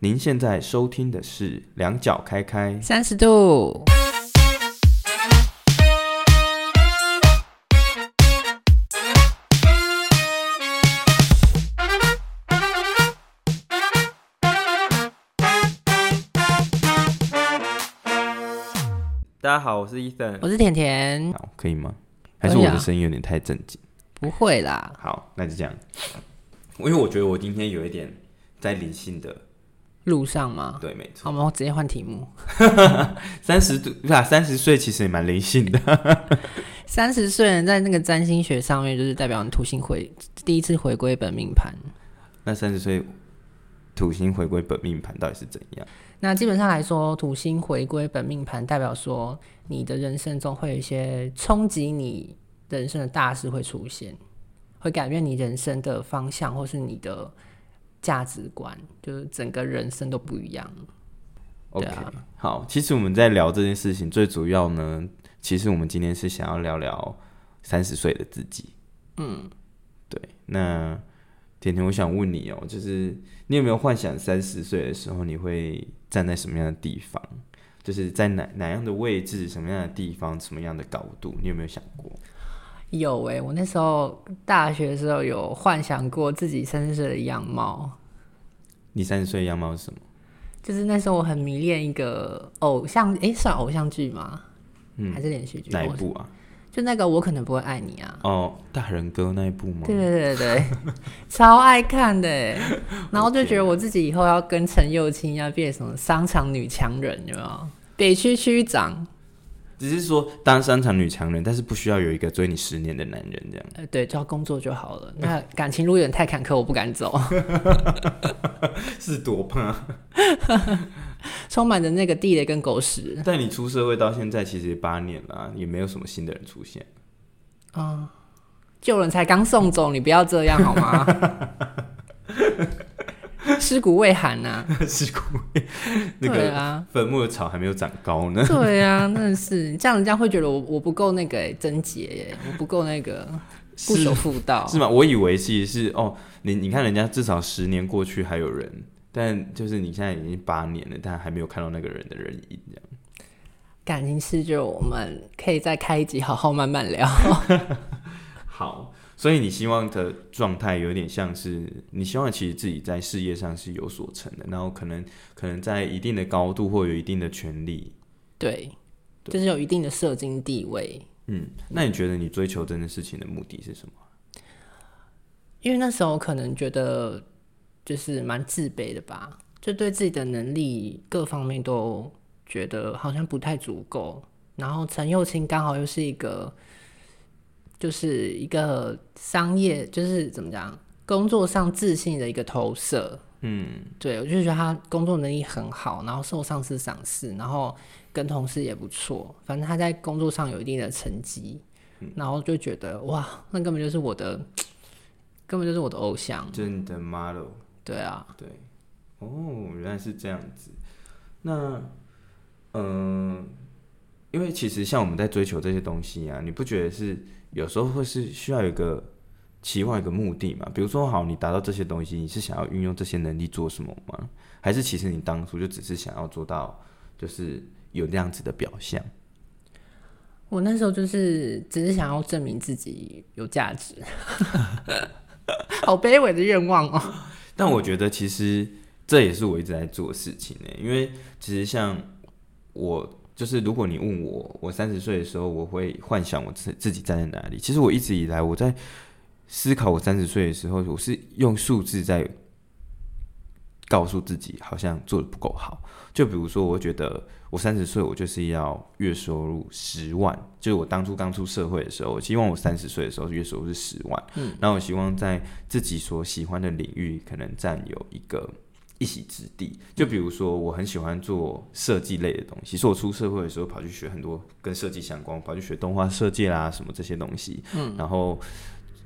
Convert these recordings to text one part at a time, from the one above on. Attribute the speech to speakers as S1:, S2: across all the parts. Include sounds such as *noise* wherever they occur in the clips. S1: 您现在收听的是《两脚开开》，
S2: 三十度。
S1: 大家好，我是 Ethan，
S2: 我是甜甜，
S1: 好，可以吗？还是我
S2: 可以
S1: 的
S2: 啊
S1: 声音有点太正经？
S2: 不会啦，
S1: 好，那就这样。因为我觉得我今天有一点在灵性的，
S2: 路上吗？
S1: 对，没
S2: 好
S1: 错，
S2: 吗？我直接换题目。
S1: 三十度不是啊三十岁，其实也蛮灵性的。
S2: 三十岁人在那个占星学上面，就是代表你土星回第一次回归本命盘。
S1: *laughs* 那三十岁土星回归本命盘到底是怎样？
S2: 那基本上来说，土星回归本命盘，代表说你的人生中会有一些冲击你人生的大事会出现，会改变你人生的方向，或是你的价值观，就是整个人生都不一样。对
S1: OK，、
S2: 啊
S1: 好，其实我们在聊这件事情，最主要呢，其实我们今天是想要聊聊三十岁的自己。嗯，对。那甜甜，我想问你哦、就是你有没有幻想三十岁的时候你会站在什么样的地方？就是在哪哪样的位置、什么样的地方、什么样的高度，你有没有想过？
S2: 有诶、我那时候大学的时候有幻想过自己三十岁的样貌，
S1: 你三十岁的样貌是什么？
S2: 就是那时候我很迷恋一个偶像，诶、算偶像剧吗？
S1: 嗯
S2: 还是连续剧？
S1: 哪一
S2: 我
S1: 部啊？
S2: 就那个我可能不会爱你啊。
S1: 哦，大人哥那一部吗？
S2: 对对对对， *laughs* 超爱看
S1: *laughs*
S2: 的欸，然后就觉得我自己以后要跟陈幼卿一样变什么商场女强人，有没有？北区区长，
S1: 只是说当商场女强人，但是不需要有一个追你十年的男人这样。
S2: 呃，对，只要工作就好了。那感情路有点太坎坷，我不敢走，
S1: *laughs*
S2: *laughs*
S1: 是多啊怕。
S2: 充满着那个地雷跟狗屎
S1: 但你出社会到现在其实也八年了、啊，也没有什么新的人出现。 *laughs*
S2: 啊！救人才刚送走，你不要这样好吗？
S1: *laughs*
S2: 尸骨未寒呐、
S1: 是故意那
S2: 对
S1: 个
S2: 啊，
S1: 坟墓的草还没有长高呢。
S2: 对啊，真的是这样，人家会觉得我我不够那个欸贞洁耶，我不够那个不守妇道。
S1: 是吗？我以为其实是哦，你你看人家至少十年过去还有人，但就是你现在已经八年了，但还没有看到那个人的人影这样。
S2: 感情事，就我们可以再开一集，好好慢慢聊。
S1: 好，所以你希望的状态有点像是你希望其实自己在事业上是有所成的，然后可能可能在一定的高度或有一定的权利。
S2: 对，
S1: *laughs* 对
S2: 就是有一定的社经地位。
S1: 嗯，那你觉得你追求这件事情的目的是什么？
S2: 因为那时候可能觉得就是蛮自卑的吧，就对自己的能力各方面都觉得好像不太足够。然后陈幼卿刚好又是一个，就是一个商业，就是怎么讲，工作上自信的一个投射。
S1: 嗯，
S2: 对，我就觉得他工作能力很好，然后受上司赏识，然后跟同事也不错，反正他在工作上有一定的成绩，
S1: 嗯
S2: 然后就觉得哇，那根本就是我的，根本就是我的偶像。
S1: 就是你的 model，
S2: 对啊，
S1: 对，哦，原来是这样子。那，嗯、因为其实像我们在追求这些东西啊，你不觉得是有时候会是需要有一个期望、一个目的嘛？比如说，好，你达到这些东西，你是想要运用这些能力做什么吗？还是其实你当初就只是想要做到，就是有那样子的表象？
S2: 我那时候就是只是想要证明自己有价值， *laughs* 好卑微的愿望哦。
S1: 但我觉得其实这也是我一直在做的事情呢、因为其实像我，就是如果你问我，我三十岁的时候我会幻想我自自己站在哪里，其实我一直以来我在思考我三十岁的时候，我是用数字在告诉自己好像做的不够好。就比如说，我觉得我三十岁，我就是要月收入十万，就是我当初刚出社会的时候，我希望我三十岁的时候月收入是十万。嗯，然后我希望在自己所喜欢的领域，可能占有一个。一席之地，就比如说，我很喜欢做设计类的东西，所以我出社会的时候跑去学很多跟设计相关，我跑去学动画设计啦什么这些东西。嗯，然后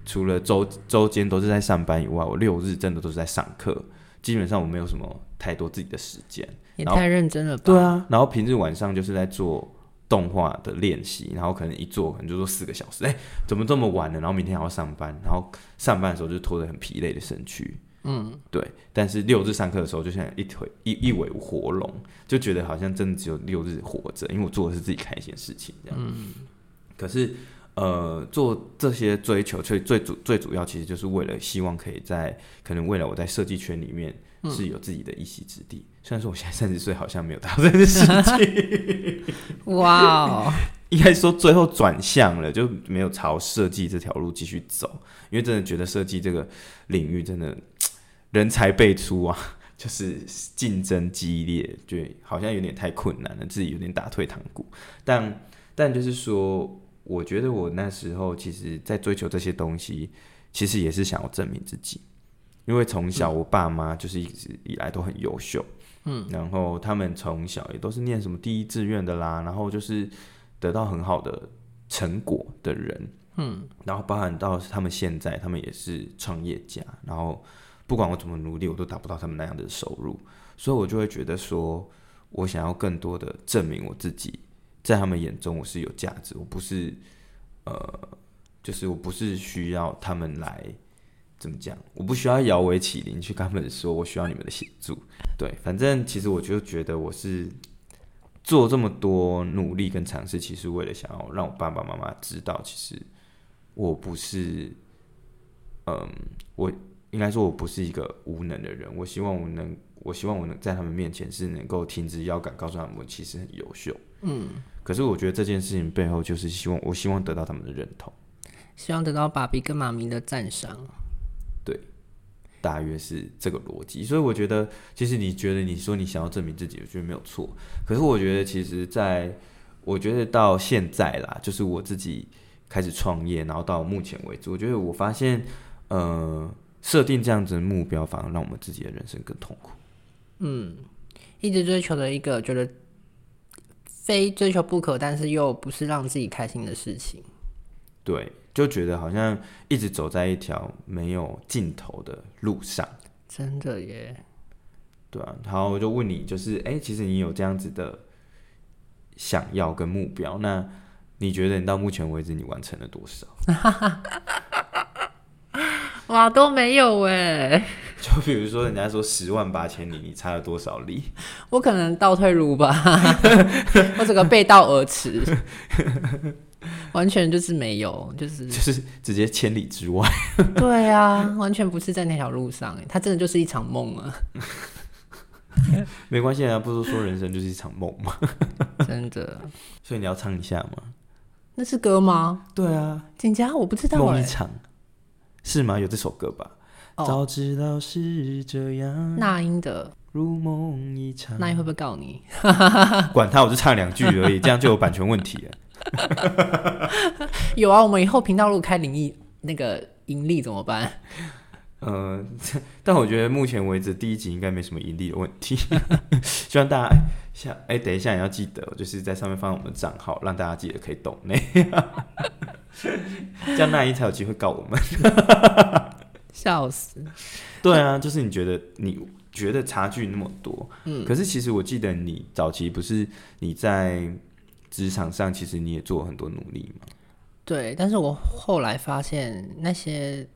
S1: 除了周周间都是在上班以外，我六日真的都是在上课，基本上我没有什么太多自己的时间。
S2: 也
S1: 然后
S2: 太认真了吧？
S1: 对啊，然后平日晚上就是在做动画的练习，然后可能一做可能就做四个小时，哎、怎么这么晚了？然后明天还要上班，然后上班的时候就拖着很疲累的身躯，嗯，对。但是六日上课的时候，就像一腿一一尾活龙，就觉得好像真的只有六日活着，因为我做的是自己开心的事情这样。嗯、可是呃，做这些追求，最最主最主要其实就是为了希望可以在可能未来我在设计圈里面是有自己的一席之地。虽然说我现在三十岁，好像没有到这个事情，
S2: 哇哦，
S1: 应该说最后转向了，就没有朝设计这条路继续走，因为真的觉得设计这个领域真的人才辈出啊， *laughs* 就是竞争激烈，对，好像有点太困难了，自己有点打退堂鼓。但但就是说，我觉得我那时候其实在追求这些东西，其实也是想要证明自己，因为从小我爸妈就是一直以来都很优秀，嗯，然后他们从小也都是念什么第一志愿的啦，然后就是得到很好的成果的人，嗯，然后包含到他们现在，他们也是创业家，然后不管我怎么努力，我都达不到他们那样的收入，所以我就会觉得说，我想要更多的证明我自己，在他们眼中我是有价值，我不是呃，就是我不是需要他们来。怎么讲？我不需要摇尾乞怜去跟他们说，我需要你们的协助。对，反正其实我就觉得我是做这么多努力跟尝试，其实为了想要让我爸爸妈妈知道，其实我不是，嗯，我应该说我不是一个无能的人。我希望我能，我希望我能在他们面前是能够挺直腰杆，告诉他们我其实很优秀。嗯，可是我觉得这件事情背后就是希望，我希望得到他们的认同，
S2: 希望得到爸比跟妈咪的赞赏。
S1: 大约是这个逻辑。所以我觉得，其实你觉得你说你想要证明自己，我觉得没有错。可是我觉得，其实在我觉得到现在啦，就是我自己开始创业，然后到目前为止，我觉得我发现，呃，设定这样子的目标，反而让我们自己的人生更痛苦。
S2: 嗯一直追求的一个觉得非追求不可，但是又不是让自己开心的事情。
S1: 对，就觉得好像一直走在一条没有尽头的路上。
S2: 真的耶，
S1: 对啊，好，我就问你，就是哎、诶其实你有这样子的想要跟目标，那你觉得你到目前为止你完成了多少？ *laughs*
S2: 哇，都没有哎，
S1: 就比如说人家说十万八千里，你差了多少里？
S2: 我可能倒退路 *laughs* 吧，我整个背道而驰，完全就是没有，就
S1: *laughs*
S2: 是
S1: 就是直接千里之外。 *laughs*
S2: 对啊，完全不是在那条路上欸耶，它真的就是一场梦啊，
S1: 没关系啊，不是说人生就是一场梦嘛， *laughs*
S2: 真的。
S1: 所以你要唱一下吗？
S2: 那是歌吗？
S1: 对啊，
S2: 锦佳，我不知道
S1: 梦
S2: 哎
S1: 一。场是吗？有这首歌吧？
S2: 哦
S1: 早知道是这样，
S2: 那英的，
S1: 如梦一场。
S2: 那英 *laughs* 会不会告你？
S1: 管他，我就唱两句而已，这样就有版权问题了。
S2: 有啊，我们以后频道如果开灵异那个盈利怎么办？
S1: 呃， *laughs* 但我觉得目前为止第一集应该没什么盈利的问题， *laughs* 希望大家下哎、等一下也要记得，就是在上面放我们的账号，让大家记得可以懂内， *laughs* 这样那英才有机会告我 *laughs* 们。
S2: *laughs* 笑死！
S1: 对啊，就是你觉得你觉得差距那么多，嗯，可是其实我记得你早期不是你在职场上，其实你也做了很多努力嘛，
S2: 对，但是我后来发现那些，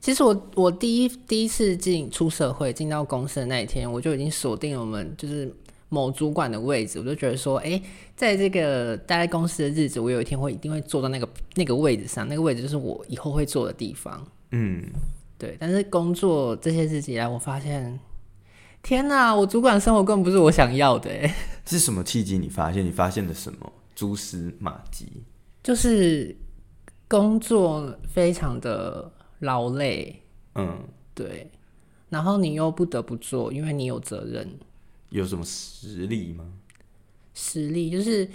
S2: 其实我我第一第一次进出社会进到公司的那一天，我就已经锁定了我们就是某主管的位置，我就觉得说，哎，在这个待在公司的日子，我有一天会一定会坐到那个那个位置上，那个位置就是我以后会坐的地方。
S1: 嗯，
S2: 对，但是工作这些日子以来，我发现，天哪，我主管生活根本不是我想要的，哎，
S1: 是什么契机？你发现你发现了什么蛛丝马迹？
S2: 就是工作非常的劳累，
S1: 嗯，
S2: 对，然后你又不得不做，因为你有责任、
S1: 有什么实力吗？
S2: 实力，就是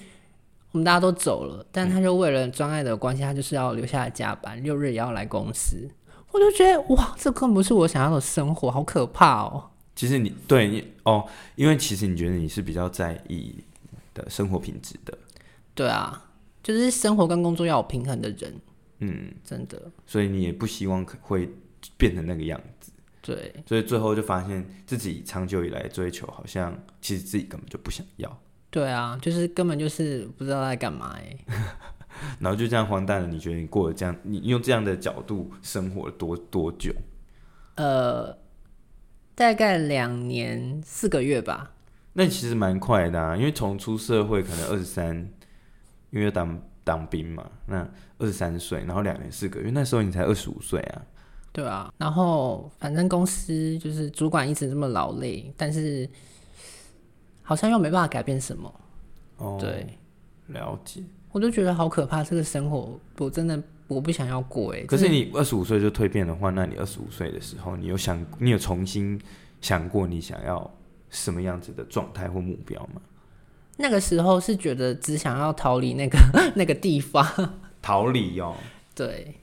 S2: 我们大家都走了，但他就为了专案的关系，他就是要留下来加班，六日也要来公司，我就觉得哇，这根本不是我想要的生活，好可怕哦。
S1: 其实你对你哦，因为其实你觉得你是比较在意的生活品质的，
S2: 对啊，就是生活跟工作要有平衡的人，
S1: 嗯，
S2: 真的。
S1: 所以你也不希望可会变成那个样子，
S2: 对，
S1: 所以最后就发现自己长久以来的追求，好像其实自己根本就不想要，
S2: 对啊，就是根本就是不知道在干嘛哎、
S1: 然后就这样荒诞了。你觉得你过了这样，你用这样的角度生活了多多久？
S2: 呃，大概两年四个月吧。
S1: 那其实蛮快的啊，因为从出社会可能二十三，因为要当当兵嘛，那二十三岁，然后两年四个月，那时候你才二十五岁啊。
S2: 对啊，然后反正公司就是主管一直这么劳累，但是好像又没办法改变什么。
S1: 哦，
S2: 对，
S1: 了解。
S2: 我就觉得好可怕，这个生活我真的我不想要过哎、
S1: 可是
S2: 真的
S1: 你二十五岁就蜕变的话，那你二十五岁的时候，你有想，你有重新想过你想要什么样子的状态或目标吗？
S2: 那个时候是觉得只想要逃离那个 *laughs* 那个地方， *laughs*
S1: 逃离哦，
S2: 对，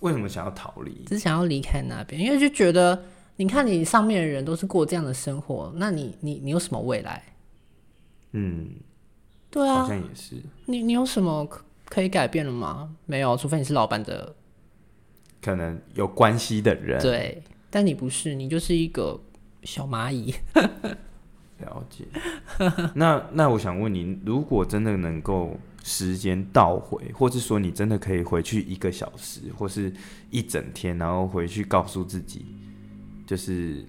S1: 为什么想要逃离？
S2: 只想要离开那边，因为就觉得你看你上面的人都是过这样的生活，那你你你有什么未来？
S1: 嗯，
S2: 对
S1: 好
S2: 啊，
S1: 像也是，
S2: 你你有什么可可以改变了吗？没有，除非你是老板的，
S1: 可能有关系的人。
S2: 对，但你不是，你就是一个小蚂蚁。 *laughs*
S1: 了解。 *laughs* 那那我想问你，如果真的能够时间倒回，或是说你真的可以回去一个小时，或是一整天，然后回去告诉自己，就是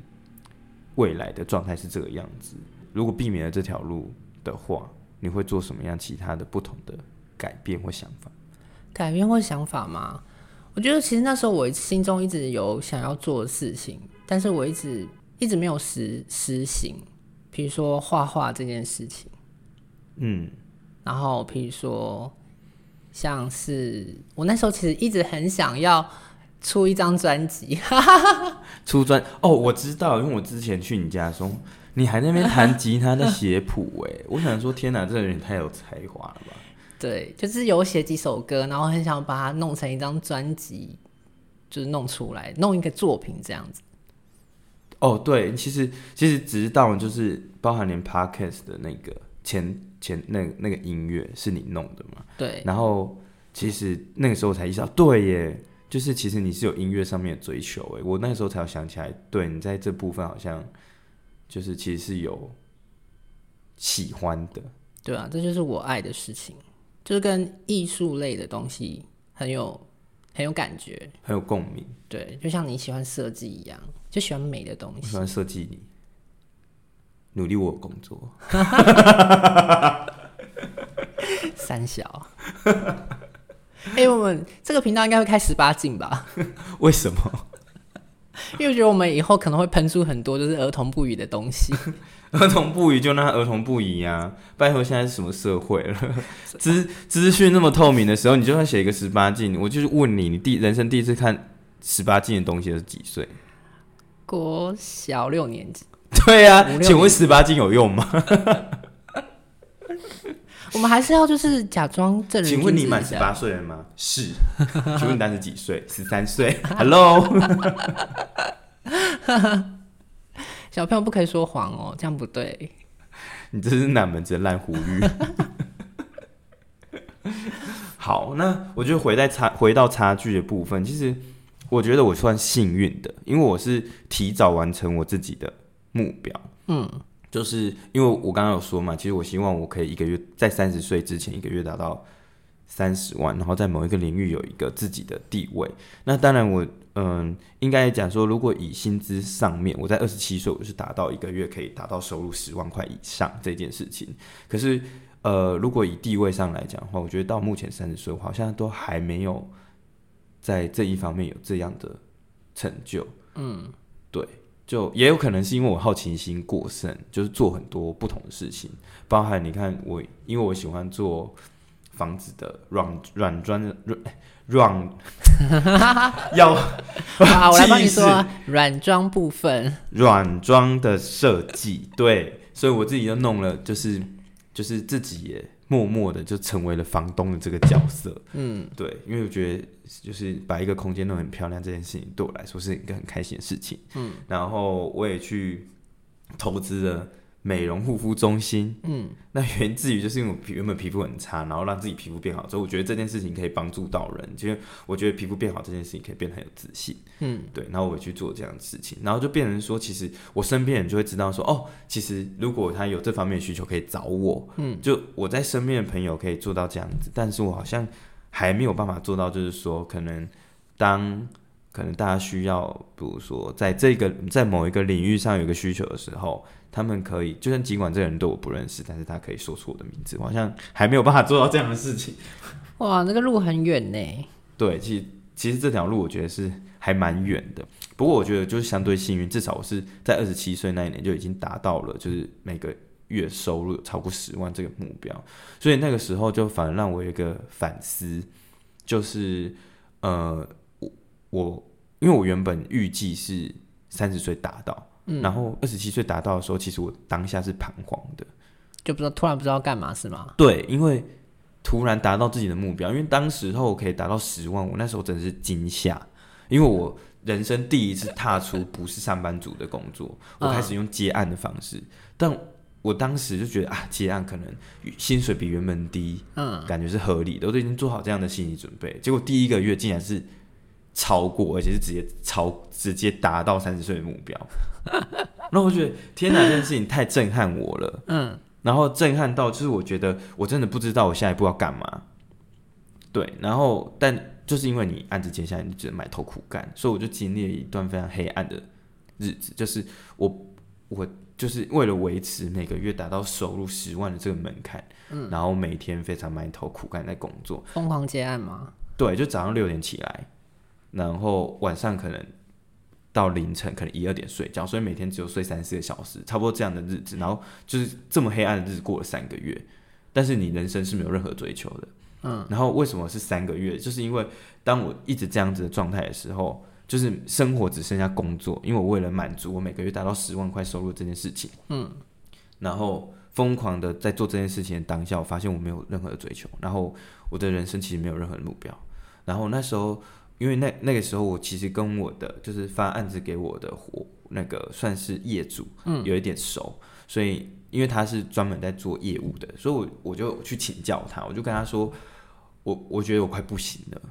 S1: 未来的状态是这个样子。如果避免了这条路的话，你会做什么样其他的不同的改变或想法？
S2: 改变或想法吗？我觉得其实那时候我心中一直有想要做的事情，但是我一直一直没有实实行，比如说画画这件事情，
S1: 嗯，
S2: 然后比如说像是我那时候其实一直很想要出一张专辑， *laughs*
S1: 出专哦，我知道，因为我之前去你家的时候，你还在那边弹吉他在写谱，哎，我想说，天哪，这个人也太有才华了吧！
S2: 对，就是有写几首歌，然后很想把它弄成一张专辑，就是弄出来，弄一个作品这样子。
S1: 哦，对，其实其实直到就是包含连 podcast 的那个前前那那个音乐是你弄的嘛，
S2: 对，
S1: 然后其实那个时候我才意识到，对耶，就是其实你是有音乐上面的追求诶，我那时候才有想起来，对你在这部分好像就是其实是有喜欢的，
S2: 对啊，这就是我爱的事情，就是跟艺术类的东西很有很有感觉。
S1: 很有共鸣，
S2: 对，就像你喜欢设计一样，就喜欢美的东
S1: 我喜 *laughs*
S2: 西。
S1: 欢设计你，努力我有工作。 *laughs*
S2: 三小，哎、我们这个频道应该会开十八禁吧？
S1: 为什么
S2: 因为我觉得我们以后可能会喷出很多就是儿童不宜的东西。 *laughs*
S1: *laughs* 儿童不宜就让他儿童不宜啊！拜托，现在是什么社会
S2: *laughs*
S1: 了？资资讯那么透明的时候，你就算写一个十八禁，我就是问你，你第人生第一次看十八禁的东西是几岁？ *laughs*
S2: 国小六年级，
S1: 对
S2: 五
S1: 啊，
S2: 六
S1: 请问十八禁有用吗？
S2: 我们还是要就是假装正人啊
S1: 请
S2: 君子一下。
S1: 问你满十八岁了吗？
S2: *laughs*
S1: 是。请问你当时几岁？十三岁。Hello，
S2: 小朋友不可以说谎哦，这样不对。
S1: *laughs* 你这是哪门子的烂呼吁？ *laughs* 好，那我觉得回在差回到差距的部分，其实我觉得我算幸运的，因为我是提早完成我自己的目标。
S2: 嗯，
S1: 就是因为我刚刚有说嘛，其实我希望我可以一个月在三十岁之前一个月达到三十万，然后在某一个领域有一个自己的地位。那当然我，嗯，应该讲说，如果以薪资上面，我在二十七岁我是达到一个月可以达到收入十万块以上这件事情。可是，呃，如果以地位上来讲的话，我觉得到目前三十岁，我好像都还没有在这一方面有这样的成就。
S2: 嗯，
S1: 对，就也有可能是因为我好奇心过剩，就是做很多不同的事情，包含你看我，因为我喜欢做房子的软软砖软哎软要
S2: 好，我来帮你
S1: 记忆是
S2: 说软装部分。
S1: 软装的设计，对，所以我自己就弄了，就是就是自己也默默的就成为了房东的这个角色，
S2: 嗯，
S1: 对，因为我觉得就是把一个空间弄得很漂亮这件事情，对我来说是一个很开心的事情。嗯，然后我也去投资了美容护肤中心。
S2: 嗯，
S1: 那源自于就是因为我皮原本皮肤很差，然后让自己皮肤变好之后，我觉得这件事情可以帮助到人，就是我觉得皮肤变好这件事情可以变得很有自信。
S2: 嗯，
S1: 对，然后我去做这样的事情，然后就变成说，其实我身边人就会知道说，哦，其实如果他有这方面的需求，可以找我。
S2: 嗯，
S1: 就我在身边的朋友可以做到这样子，但是我好像还没有办法做到，就是说可能当可能大家需要，比如说在这个在某一个领域上有一个需求的时候，他们可以，就算尽管这个人对我不认识，但是他可以说出我的名字。我好像还没有办法做到这样的事情。
S2: 哇，那个路很远呢。
S1: 对，其实其实这条路我觉得是还蛮远的。不过我觉得就是相对幸运，至少我是在二十七岁那一年就已经达到了，就是每个月收入超过十万这个目标。所以那个时候就反而让我有一个反思，就是呃，我我因为我原本预计是三十岁达到，然后二十七岁达到的时候，其实我当下是彷徨的。
S2: 就不知道突然不知道干嘛是吗？
S1: 对，因为突然达到自己的目标，因为当时候可以达到十万，我那时候真的是惊吓，因为我人生第一次踏出不是上班族的工作，我开始用接案的方式，但我当时就觉得啊，接案可能薪水比原本低，
S2: 嗯，
S1: 感觉是合理的，我都已经做好这样的心理准备，结果第一个月竟然是。超过，而且是直接超直接达到三十岁的目标， *laughs* 那我觉得天哪，这件事情太震撼我了。然后震撼到，就是我觉得我真的不知道我下一步要干嘛。对，然后但就是因为你案子接下来，你只能埋头苦干，所以我就经历了一段非常黑暗的日子。就是我我就是为了维持每个月达到收入十万的这个门槛，嗯，然后每天非常埋头苦干在工作。
S2: 疯狂接案吗？
S1: 对，就早上六点起来，然后晚上可能到凌晨，可能一二点睡觉，所以每天只有睡三四个小时，差不多这样的日子。然后就是这么黑暗的日子过了三个月，但是你人生是没有任何追求的。嗯，然后为什么是三个月？就是因为当我一直这样子的状态的时候，就是生活只剩下工作，因为我为了满足我每个月达到十万块收入这件事情，嗯，然后疯狂的在做这件事情的当下，我发现我没有任何的追求，然后我的人生其实没有任何的目标。然后那时候，因为那那个时候我其实跟我的就是发案子给我的伙那个算是业主，嗯，有一点熟，所以因为他是专门在做业务的，所以我我就去请教他，我就跟他说。我我觉得我快不行了，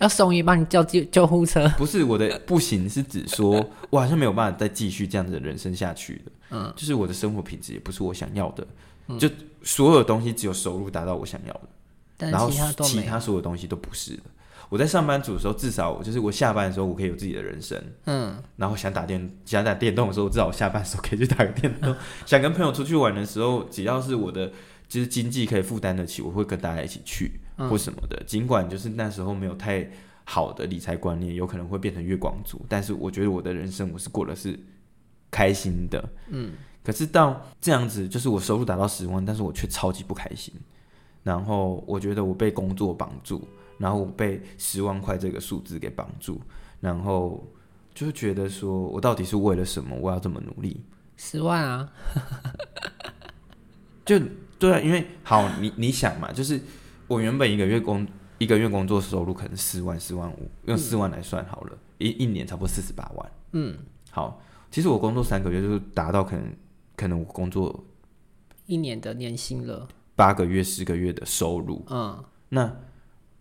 S2: 要送医帮你叫救救护车？
S1: 不是我的 *laughs* 不行，是指说 *laughs* 我好像没有办法再继续这样子的人生下去了。嗯，就是我的生活品质也不是我想要的，就所有东西只有收入达到我想要的。
S2: 但
S1: 然后
S2: 是其他都
S1: 其
S2: 没有。
S1: 他所有东西都不是了。我在上班族的时候，至少我就是我下班的时候，我可以有自己的人生。
S2: 嗯，
S1: 然后想打电想打电动的时候，至少我下班的时候可以去打个电
S2: *laughs*
S1: 动。想跟朋友出去玩的时候，只要是我的就是经济可以负担得起，我会跟大家一起去
S2: 嗯
S1: 或什么的。尽管就是那时候没有太好的理财观念，有可能会变成月光族，但是我觉得我的人生我是过得是开心的。嗯，可是到这样子，就是我收入达到十万，但是我却超级不开心。然后我觉得我被工作绑住，然后我被十万块这个数字给绑住，然后就觉得说我到底是为了什么？我要这么努力？
S2: 十万啊，
S1: 就对啊，因为好，你你想嘛，就是我原本一个月工一个月工作收入可能四万四万五，用四万来算好了，一一年差不多四十八万。嗯，好，其实我工作三个月就是达到可能可能我工作
S2: 一年的年薪了。
S1: 八个月十个月的收入，
S2: 嗯，
S1: 那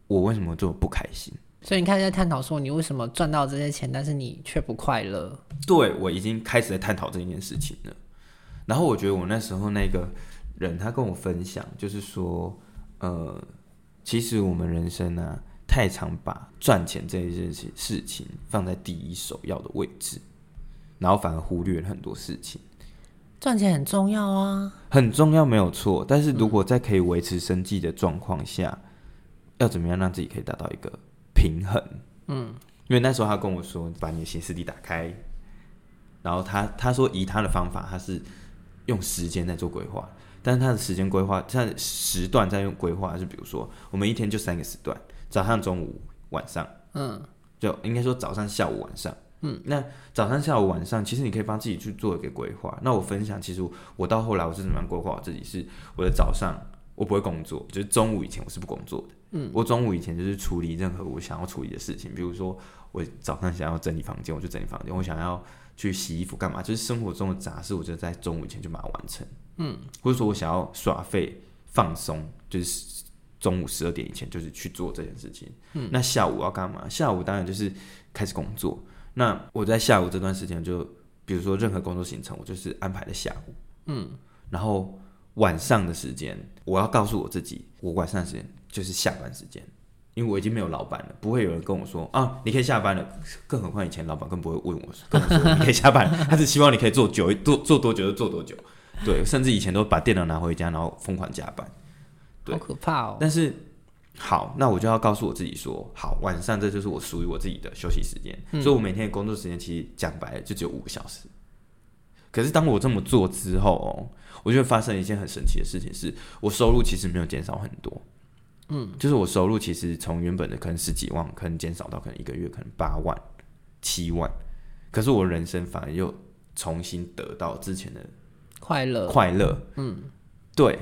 S1: 我为什么这么不开心？
S2: 所以你开始在探讨说你为什么赚到这些钱，但是你却不快乐。
S1: 对我已经开始在探讨这件事情了。然后我觉得我那时候那个人他跟我分享，就是说，呃，其实我们人生呢、啊，太常把赚钱这一件事事情放在第一首要的位置，然后反而忽略了很多事情。
S2: 赚钱很重要啊，
S1: 很重要没有错，但是如果在可以维持生计的状况下，要怎么样让自己可以达到一个平衡？嗯，因为那时候他跟我说，把你的行事历打开，然后他他说以他的方法，他是用时间在做规划，但是他的时间规划，他的时段在用规划，是比如说我们一天就三个时段，早上、中午、晚上，
S2: 嗯，
S1: 就应该说早上、下午、晚上。嗯，那早上、下午、晚上，其实你可以帮自己去做一个规划。那我分享，其实我我到后来我是怎么样规划我自己是，我的早上我不会工作，就是中午以前我是不工作的。嗯，我中午以前就是处理任何我想要处理的事情，比如说我早上想要整理房间，我就整理房间；我想要去洗衣服干嘛，就是生活中的杂事，我就在中午以前就把它完成。嗯，或者说我想要耍废放松，就是中午十二点以前就是去做这件事情。嗯，那下午要干嘛？下午当然就是开始工作。那我在下午这段时间就，比如说任何工作行程，我就是安排在下午。嗯，然后晚上的时间，我要告诉我自己，我晚上的时间就是下班时间，因为我已经没有老板了，不会有人跟我说啊，你可以下班了。更何况以前老板更不会问我，跟我说你可以下班了，他是希望你可以做久一做做多久就做多久。对，甚至以前都把电脑拿回家，然后疯狂加班。对
S2: 好可怕哦。
S1: 但是好，那我就要告诉我自己说，好，晚上这就是我属于我自己的休息时间，所以我每天的工作时间其实讲白了就只有五个小时。可是当我这么做之后哦，我就会发生一件很神奇的事情是，我收入其实没有减少很多。嗯，就是我收入其实从原本的可能十几万，可能减少到可能一个月可能八万、七万，可是我人生反而又重新得到之前的
S2: 快乐，
S1: 快乐。嗯，对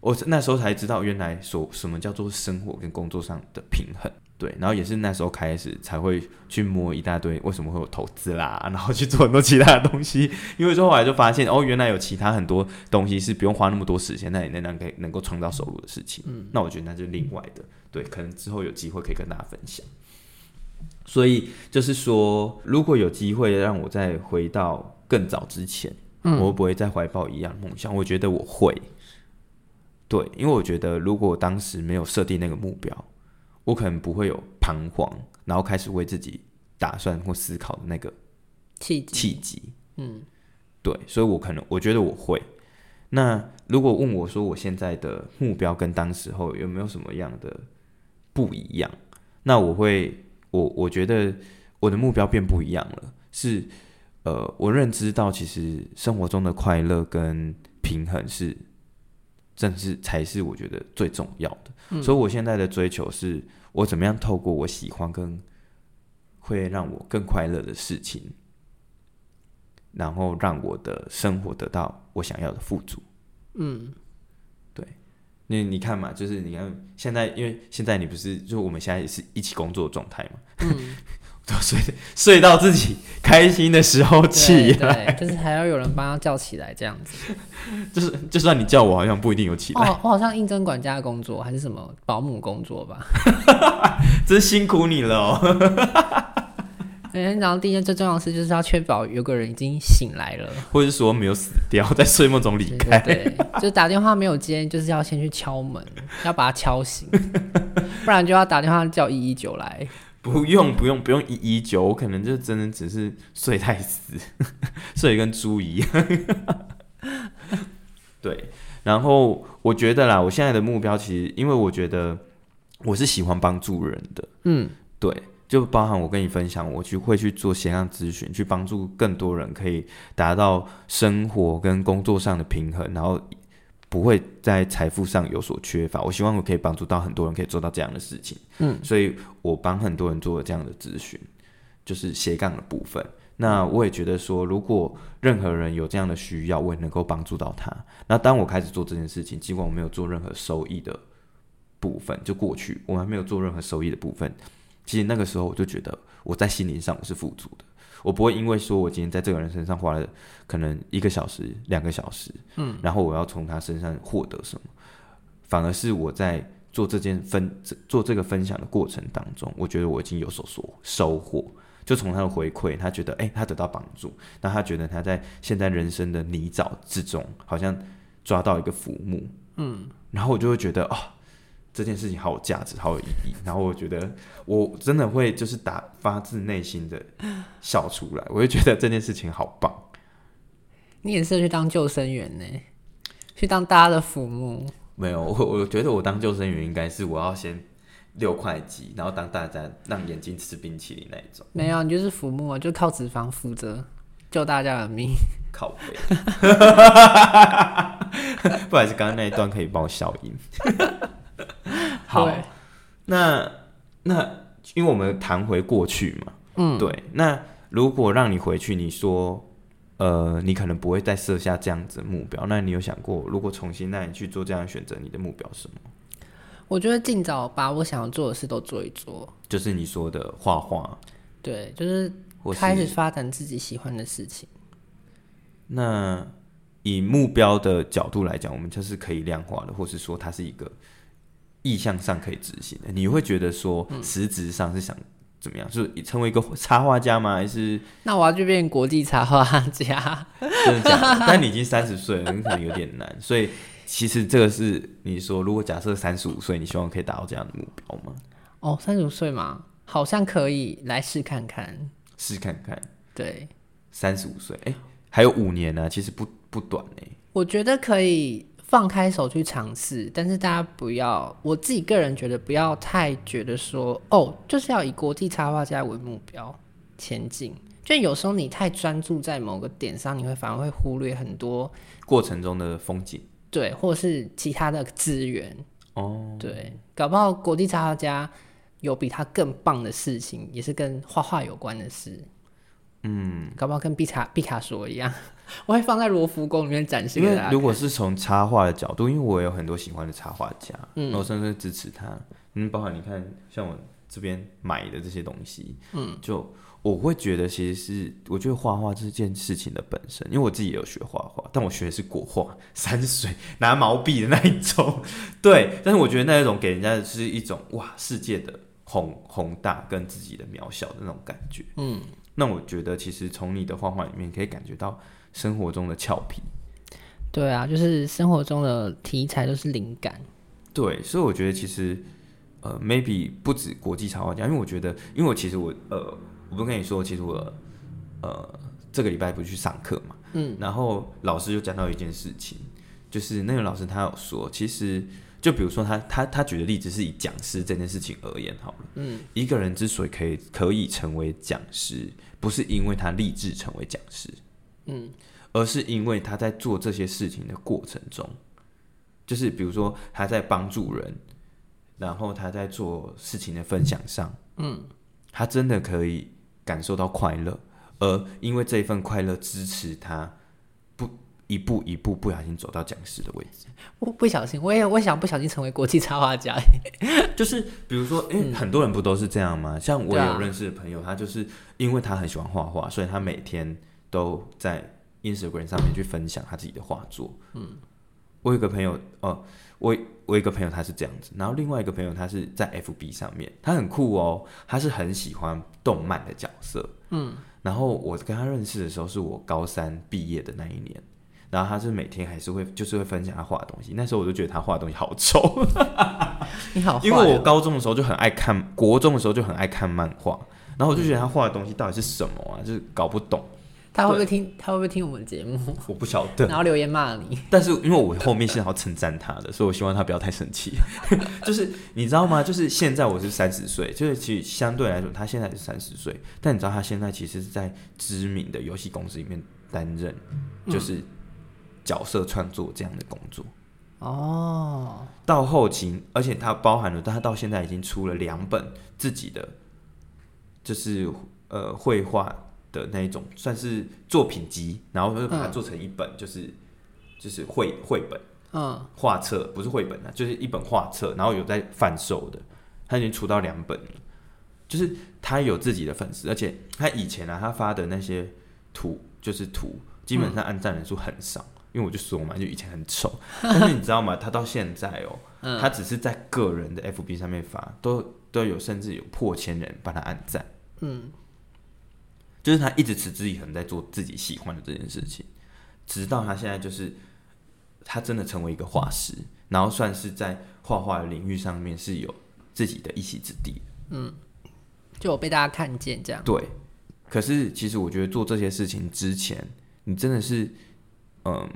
S1: 我那时候才知道，原来所什么叫做生活跟工作上的平衡。对，然后也是那时候开始才会去摸一大堆，为什么会有投资啦，然后去做很多其他的东西。因为后来就发现，哦，原来有其他很多东西是不用花那么多时间，那也能让可以能够创造收入的事情。嗯，那我觉得那就是另外的，对，可能之后有机会可以跟大家分享。所以就是说，如果有机会让我再回到更早之前，
S2: 嗯
S1: 我会不会再怀抱一样的梦想？我觉得我会，对，因为我觉得如果我当时没有设定那个目标，我可能不会有彷徨，然后开始为自己打算或思考的那个
S2: 契机，
S1: 契机。嗯，对，所以我可能我觉得我会。那如果问我说我现在的目标跟当时候有没有什么样的不一样，那我会我我觉得我的目标变不一样了，是呃，我认知到其实生活中的快乐跟平衡是。正是才是我觉得最重要的，所以我现在的追求是我怎么样透过我喜欢跟会让我更快乐的事情，然后让我的生活得到我想要的富足。嗯，对，你你看嘛，就是你看现在，因为现在你不是就我们现在也是一起工作的状态嘛， *laughs* 嗯，睡睡到自己开心的时候
S2: 对
S1: 起 *laughs* 来，
S2: 对，就是还要有人帮他叫起来这样子。
S1: 就是就算你叫我，好像不一定有起
S2: 哦
S1: 来，，
S2: 我好像应征管家的工作还是什么保姆工作吧。
S1: 真辛苦你了哦。
S2: 每天早上第一件最重要的事就是要确保有个人已经醒来了，
S1: 或者是说没有死掉， *laughs* 在睡梦中离
S2: 对
S1: 开
S2: 对。对，就打电话没有接，就是要先去敲门，要把他敲醒，不然就要打电话叫一一九来。
S1: 不用不用不用一一九，我可能就真的只是睡太死， *laughs* 睡得跟猪一样。 *laughs* 对，然后我觉得啦，我现在的目标其实，因为我觉得我是喜欢帮助人的，
S2: 嗯，
S1: 对，就包含我跟你分享，我去会去做斜杠咨询，去帮助更多人可以达到生活跟工作上的平衡，然后不会在财富上有所缺乏。我希望我可以帮助到很多人，可以做到这样的事情。
S2: 嗯，
S1: 所以我帮很多人做了这样的咨询，就是斜杠的部分。那我也觉得说，如果任何人有这样的需要，我也能够帮助到他。那当我开始做这件事情，尽管我没有做任何收益的部分，就过去我还没有做任何收益的部分，其实那个时候我就觉得我在心灵上我是富足的，我不会因为说我今天在这个人身上花了可能一个小时、两个小时，嗯，然后我要从他身上获得什么，反而是我在做这件分这做这个分享的过程当中，我觉得我已经有所所收获。就从他的回馈，他觉得哎、他得到帮助，那他觉得他在现在人生的泥沼之中，好像抓到一个浮木，嗯，然后我就会觉得哦，这件事情好有价值，好有意义，然后我觉得我真的会就是打发自内心的笑出来，我就觉得这件事情好棒。
S2: 你也是去当救生员呢，去当大家的父母。
S1: 没有，我我觉得我当救生员应该是我要先六块肌，然后当大家让眼睛吃冰淇淋那一种，
S2: 没有，你就是浮木啊，就靠脂肪负责救大家的命。
S1: 靠背。不好意思，刚刚那一段可以帮我消音。 *laughs* 好，
S2: 对
S1: 那那因为我们谈回过去嘛，嗯，对。那如果让你回去，你说，呃，你可能不会再设下这样子的目标，那你有想过，如果重新让你去做这样的选择，你的目标是什么？
S2: 我觉得尽早把我想要做的事都做一做，
S1: 就是你说的画画，
S2: 对，就是
S1: 或是
S2: 开始发展自己喜欢的事情。
S1: 那以目标的角度来讲，我们就是可以量化的，或是说它是一个意向上可以执行的。你会觉得说，实质上是想怎么样？就是成为一个插画家吗？还是
S2: 那我要去变国际插画家， *laughs*
S1: 真的假的？ *laughs* 但你已经三十岁了，你可能有点难。所以其实这个是你说，如果假设三十五岁，你希望可以达到这样的目标吗？
S2: 哦，三十五岁嘛，好像可以来试看看。
S1: 试看看，
S2: 对，
S1: 三十五岁，哎、还有五年呢、啊其实不不短哎、
S2: 我觉得可以放开手去尝试，但是大家不要，我自己个人觉得不要太觉得说哦，就是要以国际插画家为目标前进。就有时候你太专注在某个点上，你会反而会忽略很多
S1: 过程中的风景
S2: 对，或是其他的资源。
S1: 哦，
S2: 对，搞不好国际插画家有比他更棒的事情，也是跟画画有关的事。嗯，搞不好跟毕卡毕卡索一样， *laughs* 我会放在罗浮宫里面展示
S1: 因
S2: 给
S1: 为
S2: 大家。
S1: 如果是从插画的角度，因为我有很多喜欢的插画家，嗯，我深深支持他。嗯，包含你看，像我这边买的这些东西，嗯，就我会觉得其实是，我觉得画画这件事情的本身，因为我自己也有学画画，但我学的是国画， *laughs* 山水拿毛笔的那一种，对。但是我觉得那一种给人家的是一种哇，世界的宏宏大跟自己的渺小的那种感觉，嗯。那我觉得其实从你的画画里面可以感觉到生活中的俏皮，
S2: 对啊，就是生活中的题材都是灵感。
S1: 对，所以我觉得其实呃，maybe 不止国际插画家，因为我觉得，因为我其实我呃，我不跟你说，其实我呃这个礼拜不是去上课嘛，嗯，然后老师就讲到一件事情，就是那个老师他有说，其实就比如说他他他举的例子是以讲师这件事情而言好了，嗯，一个人之所以可以可以成为讲师，不是因为他立志成为讲师，嗯，而是因为他在做这些事情的过程中。就是比如说他在帮助人，然后他在做事情的分享上，嗯，他真的可以感受到快乐，而因为这份快乐支持他不一步一步不小心走到讲师的位置。
S2: 我不小心，我也我想不小心成为国际插画家。 *laughs*
S1: 就是比如说，因为很多人不都是这样吗？像我
S2: 对啊
S1: 有认识的朋友，他就是因为他很喜欢画画，所以他每天都在 Instagram 上面去分享他自己的画作。嗯，我有一个朋友，哦、我我有一个朋友他是这样子，然后另外一个朋友他是在 FB 上面，他很酷哦，他是很喜欢动漫的角色。嗯，然后我跟他认识的时候是我高三毕业的那一年。然后他是每天还是会，就是会分享他画的东西。那时候我就觉得他画的东西好丑，
S2: 你好坏
S1: 因
S2: 哦，
S1: 为我高中的时候就很爱看，国中的时候就很爱看漫画，然后我就觉得他画的东西到底是什么啊，就是搞不懂，
S2: 他会不会听？他会不会听我们节目？
S1: 我不晓得。
S2: 然后留言骂你？
S1: 但是因为我后面是想要称赞他的，所以我希望他不要太生气。 *laughs* 就是你知道吗？就是现在我是三十岁，就是其实相对来说他现在是三十岁，但你知道他现在其实是在知名的游戏公司里面担任就是角色创作这样的工作。
S2: 哦，
S1: 到后期，而且它包含了，但它到现在已经出了两本自己的，就是呃绘画的那一种，算是作品集，然后就把它做成一本，就是就是绘绘本
S2: 嗯，
S1: 画册，不是绘本啊，就是一本画册，然后有在贩售的，他已经出到两本了，就是他有自己的粉丝，而且他以前啊，他发的那些图就是图，基本上按赞人数很少，因为我就说嘛，就以前很丑，但是你知道吗？他到现在哦、他只是在个人的 FB 上面发，都都有甚至有破千人帮他按赞，嗯，就是他一直持之以恒在做自己喜欢的这件事情，直到他现在就是他真的成为一个画师，然后算是在画画的领域上面是有自己的一席之地的。
S2: 就我被大家看见这样。
S1: 对，可是其实我觉得做这些事情之前，你真的是，嗯，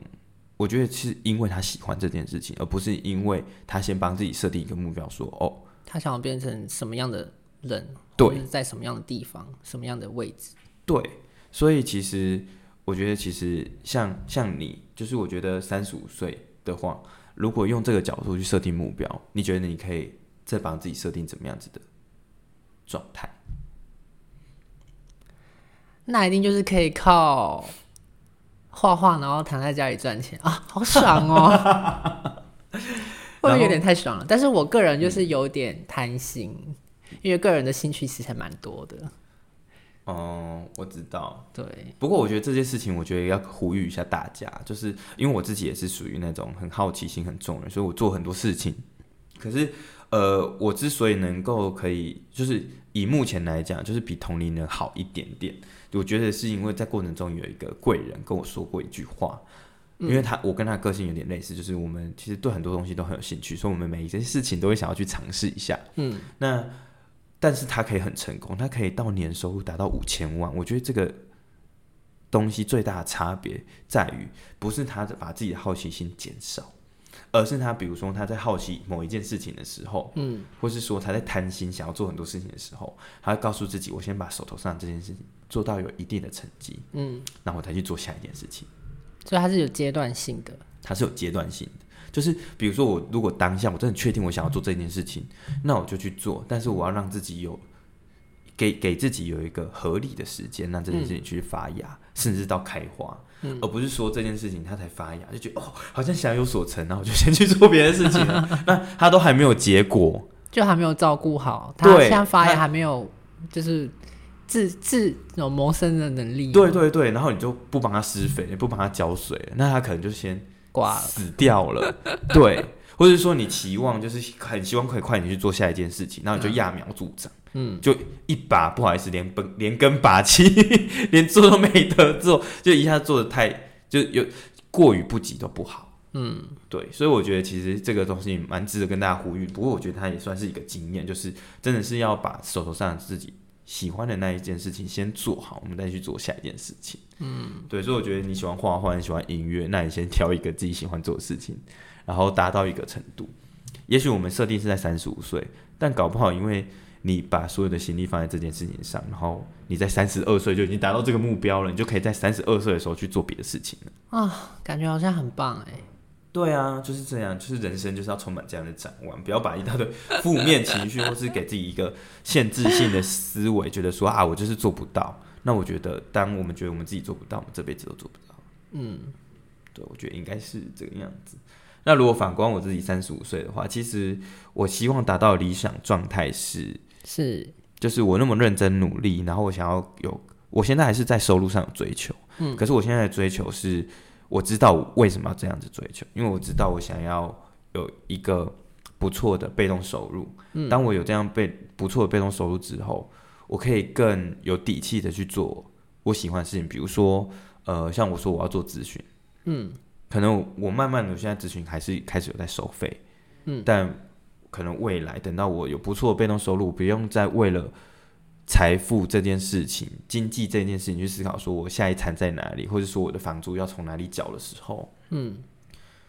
S1: 我觉得是因为他喜欢这件事情，而不是因为他先帮自己设定一个目标说哦，
S2: 他想要变成什么样的人，
S1: 对
S2: 或者是在什么样的地方、什么样的位置。
S1: 对，所以其实我觉得，其实像像你，就是我觉得三十五岁的话，如果用这个角度去设定目标，你觉得你可以再帮自己设定怎么样子的状态？
S2: 那一定就是可以靠画画，然后躺在家里赚钱啊，好爽哦！ *laughs* 会不会有点太爽了？但是我个人就是有点贪心，因为个人的兴趣其实还蛮多的。
S1: 哦、我知道，
S2: 对，
S1: 不过我觉得这件事情，我觉得要呼吁一下大家，就是因为我自己也是属于那种很好奇心很重的人，所以我做很多事情。可是，呃，我之所以能够可以，就是以目前来讲，就是比同龄人好一点点，我觉得是因为在过程中有一个贵人跟我说过一句话。因为他，我跟他个性有点类似，就是我们其实对很多东西都很有兴趣，所以我们每一件事情都会想要去尝试一下。嗯，那但是他可以很成功，他可以到年收入达到五千万。我觉得这个东西最大的差别在于，不是他把自己的好奇心减少，而是他比如说他在好奇某一件事情的时候，嗯，或是说他在贪心想要做很多事情的时候，他会告诉自己，我先把手头上这件事情做到有一定的成绩，嗯，然后我才去做下一件事情。
S2: 所以它是有阶段性的。
S1: 它是有阶段性的。就是比如说，我如果当下我真的确定我想要做这件事情，那我就去做，但是我要让自己有给给自己有一个合理的时间，让这件事情去发芽，甚至到开花，而不是说这件事情它才发芽就觉得哦，好像想有所成，然后我就先去做别的事情了，那它都还没有结果，
S2: 就还没有照顾好，他
S1: 对
S2: 现在发
S1: 他
S2: 芽还没有，就是自自有谋生的能力，
S1: 对，对对，然后你就不帮它施肥，也不帮它浇水了，那它可能就先
S2: 挂了，
S1: 死掉 *laughs* 了，对，或者说你期望就是很希望可以快点去做下一件事情，然后你就揠苗助长，嗯，就一把不好意思连本连根拔起， *laughs* 连做都没得做，就一下做的太就有过于不及都不好，嗯，对，所以我觉得其实这个东西蛮值得跟大家呼吁，不过我觉得它也算是一个经验，就是真的是要把手头上自己。喜欢的那一件事情先做好，我们再去做下一件事情。对，所以我觉得你喜欢画画，你喜欢音乐，那你先挑一个自己喜欢做的事情，然后达到一个程度。也许我们设定是在三十五岁，但搞不好因为你把所有的心力放在这件事情上，然后你在三十二岁就已经达到这个目标了，你就可以在三十二岁的时候去做别的事情了。
S2: 啊，感觉好像很棒哎、
S1: 对啊，就是这样，就是人生就是要充满这样的展望，不要把一大堆负面情绪或是给自己一个限制性的思维，觉得说啊，我就是做不到。那我觉得，当我们觉得我们自己做不到，我们这辈子都做不到。
S2: 嗯，
S1: 对，我觉得应该是这个样子。那如果反观我自己三十五岁的话，其实我希望达到的理想状态是，
S2: 是
S1: 就是我那么认真努力，然后我想要有，我现在还是在收入上有追求，嗯，可是我现在的追求是，我知道我为什么要这样子追求，因为我知道我想要有一个不错的被动收入。嗯，当我有这样被不错的被动收入之后，我可以更有底气的去做我喜欢的事情，比如说，呃，像我说我要做咨询，
S2: 嗯，
S1: 可能我我慢慢的现在咨询还是开始有在收费，嗯，但可能未来等到我有不错的被动收入，不用再为了财富这件事情、经济这件事情去思考，说我下一餐在哪里，或者说我的房租要从哪里缴的时候，
S2: 嗯，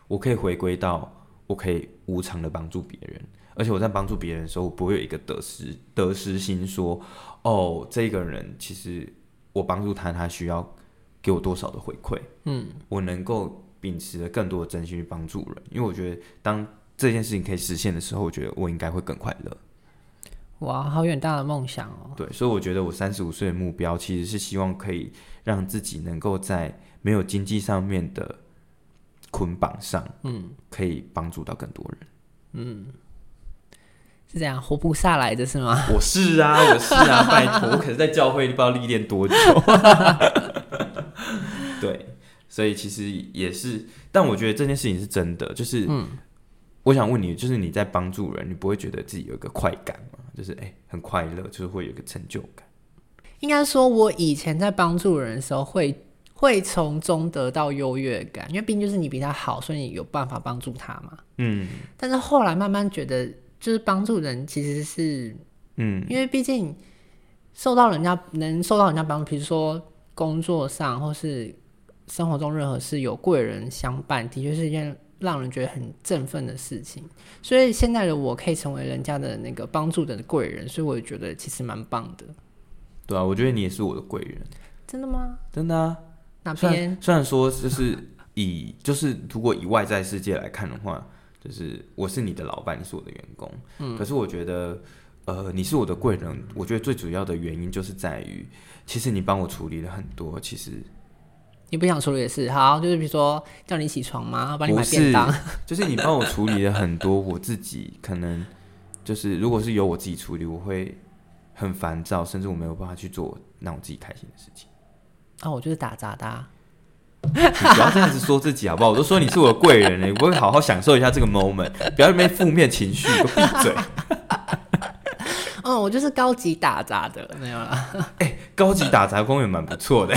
S1: 我可以回归到我可以无偿的帮助别人，而且我在帮助别人的时候，我不会有一个得失得失心说，哦，这个人其实我帮助他，他需要给我多少的回馈，嗯，我能够秉持着更多的真心去帮助人，因为我觉得当这件事情可以实现的时候，我觉得我应该会更快乐。
S2: 哇，好远大的梦想哦，
S1: 对，所以我觉得我三十五岁的目标其实是希望可以让自己能够在没有经济上面的捆绑上，嗯，可以帮助到更多人。
S2: 是这样活不下来的是吗？
S1: *laughs* 我是啊，我是 *laughs* 啊，拜托，我可是在教会不知道历练多 *laughs* 久。对，所以其实也是，但我觉得这件事情是真的，就是，我想问你，就是你在帮助人，你不会觉得自己有一个快感吗？就是哎、很快乐，就是会有一个成就感。
S2: 应该说，我以前在帮助人的时候会。会从中得到优越感，因为毕竟就是你比他好，所以你有办法帮助他嘛。
S1: 嗯
S2: 但是后来慢慢觉得，就是帮助人其实是
S1: 嗯
S2: 因为毕竟受到人家能受到人家帮助，比如说工作上或是生活中任何事有贵人相伴，的确是一件让人觉得很振奋的事情。所以现在的我可以成为人家的那个帮助的贵人，所以我也觉得其实蛮棒的。
S1: 对啊，我觉得你也是我的贵人，
S2: 真的吗？
S1: 真的啊。
S2: 哪
S1: 虽
S2: 边
S1: 然虽然说就是以就是如果以外在世界来看的话，就是我是你的老板，你是我的员工，嗯，可是我觉得。呃，你是我的贵人，我觉得最主要的原因就是在于，其实你帮我处理了很多，其实
S2: 你不想处理的事？好，就是比如说叫你起床吗？帮你
S1: 不
S2: 买
S1: 是
S2: 便 *laughs* 当。
S1: 就是你帮我处理了很多我自己可能就是如果是由我自己处理，我会很烦躁，甚至我没有办法去做让我自己开心的事情。
S2: 啊，我就是打杂的、啊。
S1: 你 *laughs* 不要这样子说自己好不好？我都说你是我的贵人了，你不会好好享受一下这个 moment，不要在那边负面情绪，给我闭嘴。
S2: 嗯，我就是高级打杂的，没有啦。
S1: 高级打杂工也蛮不错的，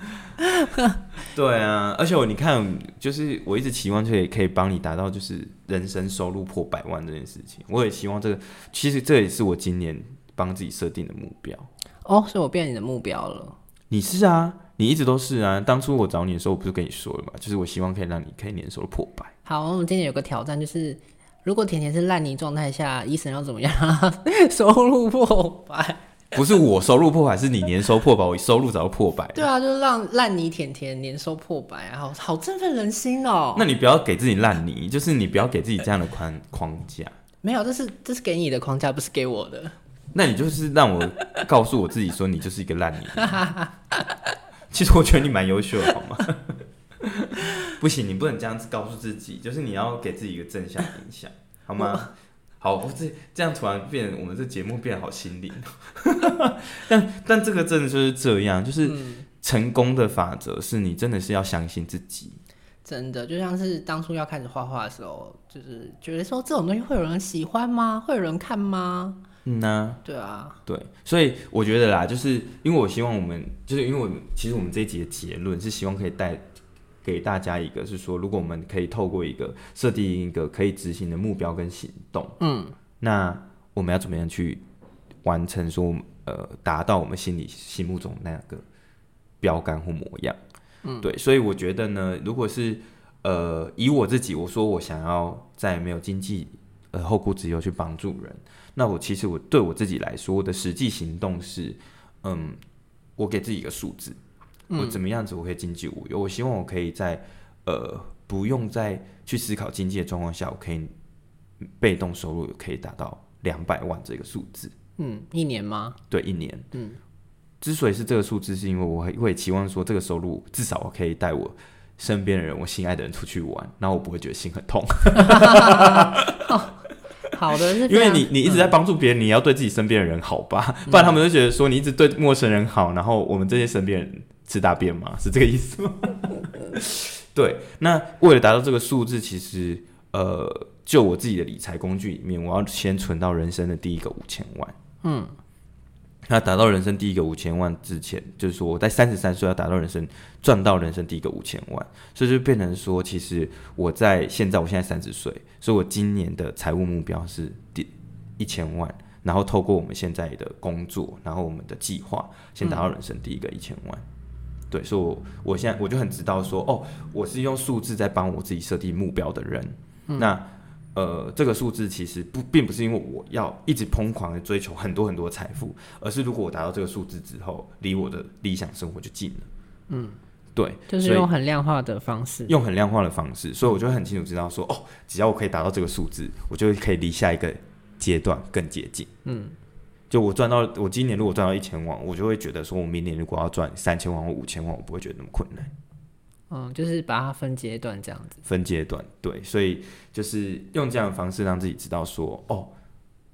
S1: *laughs* 对啊，而且我你看，就是我一直期望这也可以帮你达到就是人生收入破百万这件事情。我也希望这个，其实这也是我今年帮自己设定的目标。
S2: 哦，所以我变成你的目标了。
S1: 你是啊，你一直都是啊。当初我找你的时候，我不是跟你说了嘛，就是我希望可以让你可以年收入破百。
S2: 好，我们今天有个挑战，就是如果甜甜是烂泥状态下，医生要怎么样 *laughs* 收入破百？
S1: 不是我收入破百，是你年收破百，我收入早就破百了。
S2: 对啊，就是让烂泥甜甜年收破百啊，好好振奋人心哦。
S1: 那你不要给自己烂泥，就是你不要给自己这样的框框架。
S2: 没有，这是这是给你的框架，不是给我的。
S1: 那你就是让我告诉我自己说，你就是一个烂泥。其实我觉得你蛮优秀的，好吗？ *laughs* 不行，你不能这样子告诉自己，就是你要给自己一个正向影响，好吗？好，我这这样突然变，我们这节目变得好心灵 *laughs* 哦。但但这个真的就是这样，就是成功的法则是你真的是要相信自己。
S2: 真的，就像是当初要开始画画的时候，就是觉得说这种东西会有人喜欢吗？会有人看吗？
S1: 嗯呐、
S2: 对啊，
S1: 对，所以我觉得啦，就是因为我希望我们，就是因为我们其实我们这一集的结论是希望可以带给大家一个，是说如果我们可以透过一个设定一个可以执行的目标跟行动，
S2: 嗯，
S1: 那我们要怎么样去完成说呃达到我们心里心目中那个标杆或模样？嗯，对，所以我觉得呢，如果是呃以我自己，我说我想要在没有经济呃后顾之忧去帮助人，那我其实我对我自己来说，我的实际行动是，嗯，我给自己一个数字，我怎么样子我可以经济无忧？我希望我可以在呃不用再去思考经济的状况下，我可以被动收入可以达到两百万这个数字，
S2: 嗯，一年吗？
S1: 对，一年。嗯，之所以是这个数字，是因为我会会期望说这个收入至少我可以带我。身边的人，我心爱的人出去玩，然后我不会觉得心很痛，
S2: 好的，是
S1: 因
S2: 嗯非
S1: 为
S2: 常
S1: 你你一直在帮助别人，你要对自己身边的人好吧，不然他们就觉得说你一直对陌生人好，然后我们这些身边人吃大便吗？是这个意思吗？ *laughs* 对，那为了达到这个数字，其实呃，就我自己的理财工具里面，我要先存到人生的第一个五千万。
S2: 嗯，
S1: 那达到人生第一个五千万之前，就是说我在三十三岁要达到人生赚到人生第一个五千万，所以就变成说，其实我在现在我现在三十岁，所以我今年的财务目标是第一千万，然后透过我们现在的工作，然后我们的计划，先达到
S2: 嗯
S1: 人生第一个一千万。对，所以我我现在我就很知道说，哦，我是用数字在帮我自己设定目标的人。
S2: 嗯
S1: 那呃，这个数字其实不并不是因为我要一直疯狂的追求很多很多财富，而是如果我达到这个数字之后，离我的理想生活就近了。嗯，对，
S2: 就是
S1: 所以
S2: 用很量化的方式。
S1: 用很量化的方式，所以我就很清楚知道说，哦，只要我可以达到这个数字，我就可以离下一个阶段更接近。嗯，就我赚到，我今年如果赚到一千万，我就会觉得说，我明年如果要赚三千万或五千万，我不会觉得那么困难。
S2: 嗯，就是把它分阶段这样子。
S1: 分阶段，对，所以就是用这样的方式让自己知道说，哦，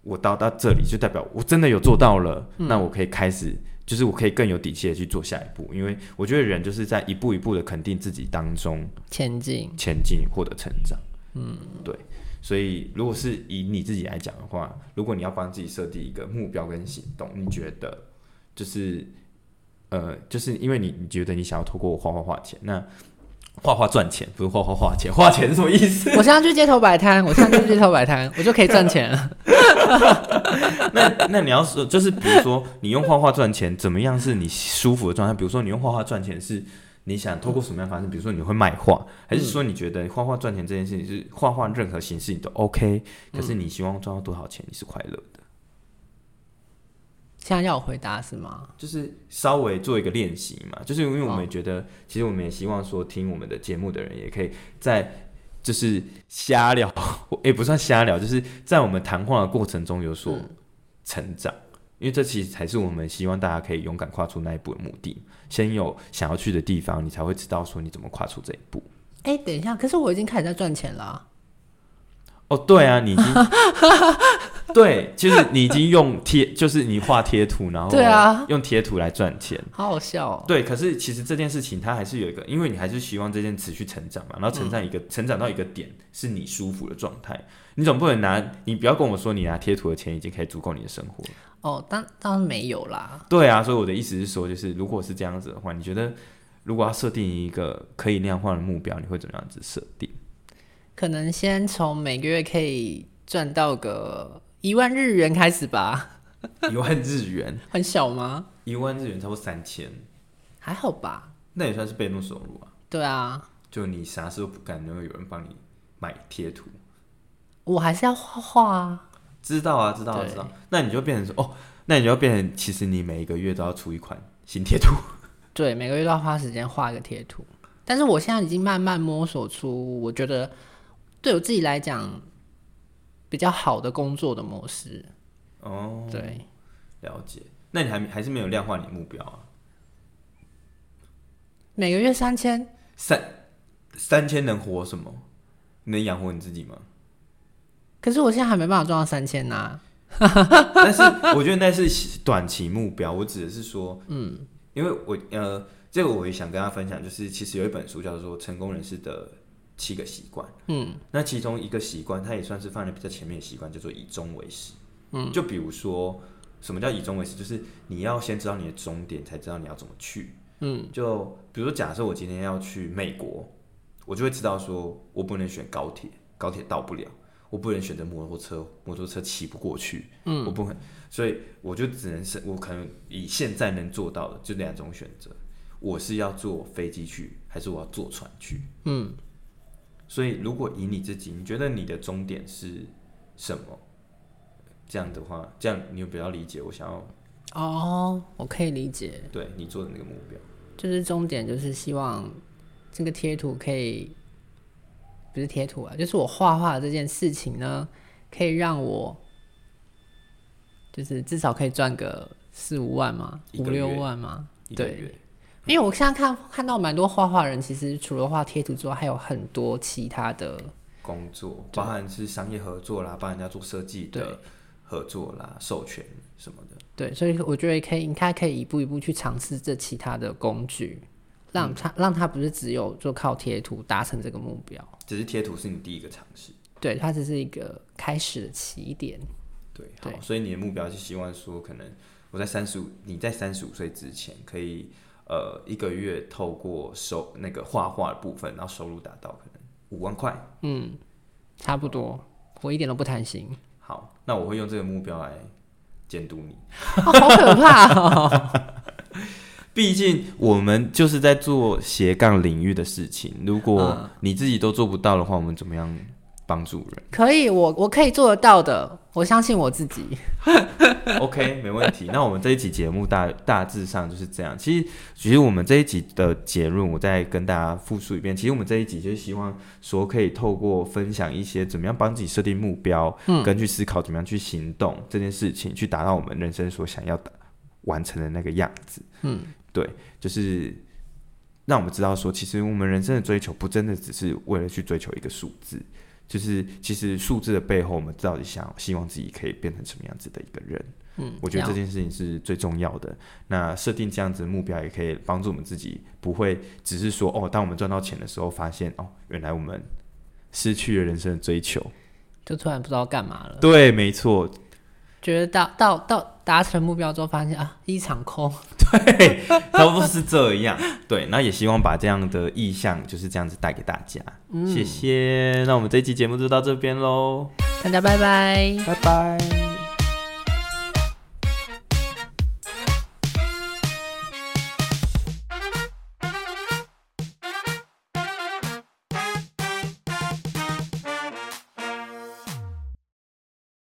S1: 我到到这里就代表我真的有做到了，那我可以开始，就是我可以更有底气的去做下一步，因为我觉得人就是在一步一步的肯定自己当中，
S2: 前进，
S1: 前进或者成长。嗯，对。所以，如果是以你自己来讲的话，如果你要帮自己设定一个目标跟行动，你觉得就是呃，就是因为你你觉得你想要透过画画花钱，那画画赚钱，不是画画花钱， *laughs* 花钱是什么意思？
S2: *laughs* 我现在去街头摆摊，我现在去街头摆摊，我就可以赚钱了。
S1: *laughs* 那那你要说，就是比如说你用画画赚钱，怎么样是你舒服的状态？比如说你用画画赚钱是。你想透过什么样的方式？比如说你会卖画，还是说你觉得画画赚钱这件事情是画画任何形式你都 OK？可是你希望赚到多少钱你是快乐的？
S2: 现在要我回答是吗？
S1: 就是稍微做一个练习嘛，就是因为我
S2: 哦
S1: 们也觉得，其实我们也希望说，听我们的节目的人也可以在就是瞎聊， *laughs* 也、不算瞎聊，就是在我们谈话的过程中有所成长，因为这其实才是我们希望大家可以勇敢跨出那一步的目的。先有想要去的地方，你才会知道说你怎么跨出这一步。
S2: 哎、等一下，可是我已经开始在赚钱了啊。
S1: 哦，对啊，
S2: *laughs*
S1: 你已经对，就是你已经用贴，就是你画贴图，然后
S2: 对啊
S1: 用贴图来赚钱。
S2: 好好笑哦！
S1: 对，可是其实这件事情它还是有一个，因为你还是希望这件持续成长嘛，然后成长一个、成长到一个点是你舒服的状态，你总不能拿你不要跟我说你拿贴图的钱已经可以足够你的生活了。
S2: 哦，当当然没有啦。
S1: 对啊，所以我的意思是说，就是如果是这样子的话，你觉得如果要设定一个可以量化的目标，你会怎么样子设定？
S2: 可能先从每个月可以赚到个一万日元开始吧，
S1: *laughs* 一万日元，
S2: 很小吗？
S1: 一万日元超过三千，
S2: 还好吧。
S1: 那也算是被动收入啊。
S2: 对啊，
S1: 就你啥事都不干，然后有人帮你买贴图，
S2: 我还是要画画啊。
S1: 知道啊，知道啊，
S2: 对
S1: 知道。那你就变成说，哦，那你就变成，其实你每一个月都要出一款新贴图。
S2: 对，每个月都要花时间画一个贴图。但是我现在已经慢慢摸索出，我觉得对我自己来讲比较好的工作的模式。
S1: 哦，
S2: 对，
S1: 了解。那你还没还是没有量化你目标啊？
S2: 每个月三千，
S1: 三三千能活什么？你能养活你自己吗？
S2: 可是我现在还没办法赚到三千呐。
S1: *laughs* 但是我觉得那是短期目标，我指的是说，嗯，因为我呃，这个我也想跟大家分享，就是其实有一本书叫做《成功人士的七个习惯》，嗯，那其中一个习惯，它也算是放在比较前面的习惯，叫做以终为始，嗯，就比如说什么叫以终为始，就是你要先知道你的终点，才知道你要怎么去，嗯，就比如说假设我今天要去美国，我就会知道说我不能选高铁，高铁到不了。我不能选择摩托车，摩托车骑不过去，嗯，我不可能，所以我就只能是，我可能以现在能做到的就两种选择，我是要坐飞机去，还是我要坐船去？
S2: 嗯，
S1: 所以如果以你自己，你觉得你的终点是什么？这样的话，这样你有比较理解我想要
S2: 哦，我可以理解，
S1: 对你做的那个目标。
S2: 就是终点就是希望这个贴图可以，不是贴图啊，就是我画画这件事情呢，可以让我就是至少可以赚个四五万嘛，
S1: 一
S2: 五
S1: 个月
S2: 六万嘛，
S1: 一个
S2: 对。
S1: 月，
S2: 因为我现在看看到蛮多画画人，其实除了画贴图之外，还有很多其他的，
S1: 工作
S2: 对
S1: 包含是商业合作啦，帮人家做设计
S2: 对
S1: 的合作啦，授权什么的。
S2: 对，所以我觉得可以，应该可以一步一步去尝试这其他的工具，让他让他不是只有就靠贴图达成这个目标。
S1: 只是贴图是你第一个尝试。
S2: 对，它只是一个开始的起点。
S1: 对，
S2: 对
S1: 好，所以你的目标是希望说，可能我在三十五，你在三十五岁之前可以，呃，一个月透过收那个画画的部分，然后收入达到可能五万块。
S2: 嗯，差不多，我一点都不贪 *laughs* 心，
S1: 好，那我会用这个目标来监督你。
S2: 啊 *laughs* 好可怕哦！
S1: 毕竟我们就是在做斜杠领域的事情，如果你自己都做不到的话，我们怎么样帮助人
S2: 可以，我我可以做得到的，我相信我自己。
S1: *laughs* ？OK，没问题。那我们这一期节目大大致上就是这样。其实，其实我们这一集的结论，我再跟大家复述一遍。其实我们这一集就是希望说，可以透过分享一些怎么样帮自己设定目标，
S2: 嗯
S1: 跟去思考怎么样去行动这件事情，去达到我们人生所想要达完成的那个样子。
S2: 嗯，
S1: 对，就是让我们知道说，其实我们人生的追求不真的只是为了去追求一个数字，就是其实数字的背后，我们到底想希望自己可以变成什么样子的一个人。
S2: 嗯，
S1: 我觉得
S2: 了
S1: 这件事情是最重要的。那设定这样子的目标，也可以帮助我们自己，不会只是说哦，当我们赚到钱的时候，发现哦，原来我们失去了人生的追求。
S2: 就突然不知道干嘛了，
S1: 对，没错，
S2: 觉得到到到达成目标之后，发现啊，一场空。
S1: 对，差不多是这样。对，那也希望把这样的意向就是这样子带给大家。谢谢，那我们这一期节目就到这边喽，
S2: 大家拜拜。
S1: 拜拜。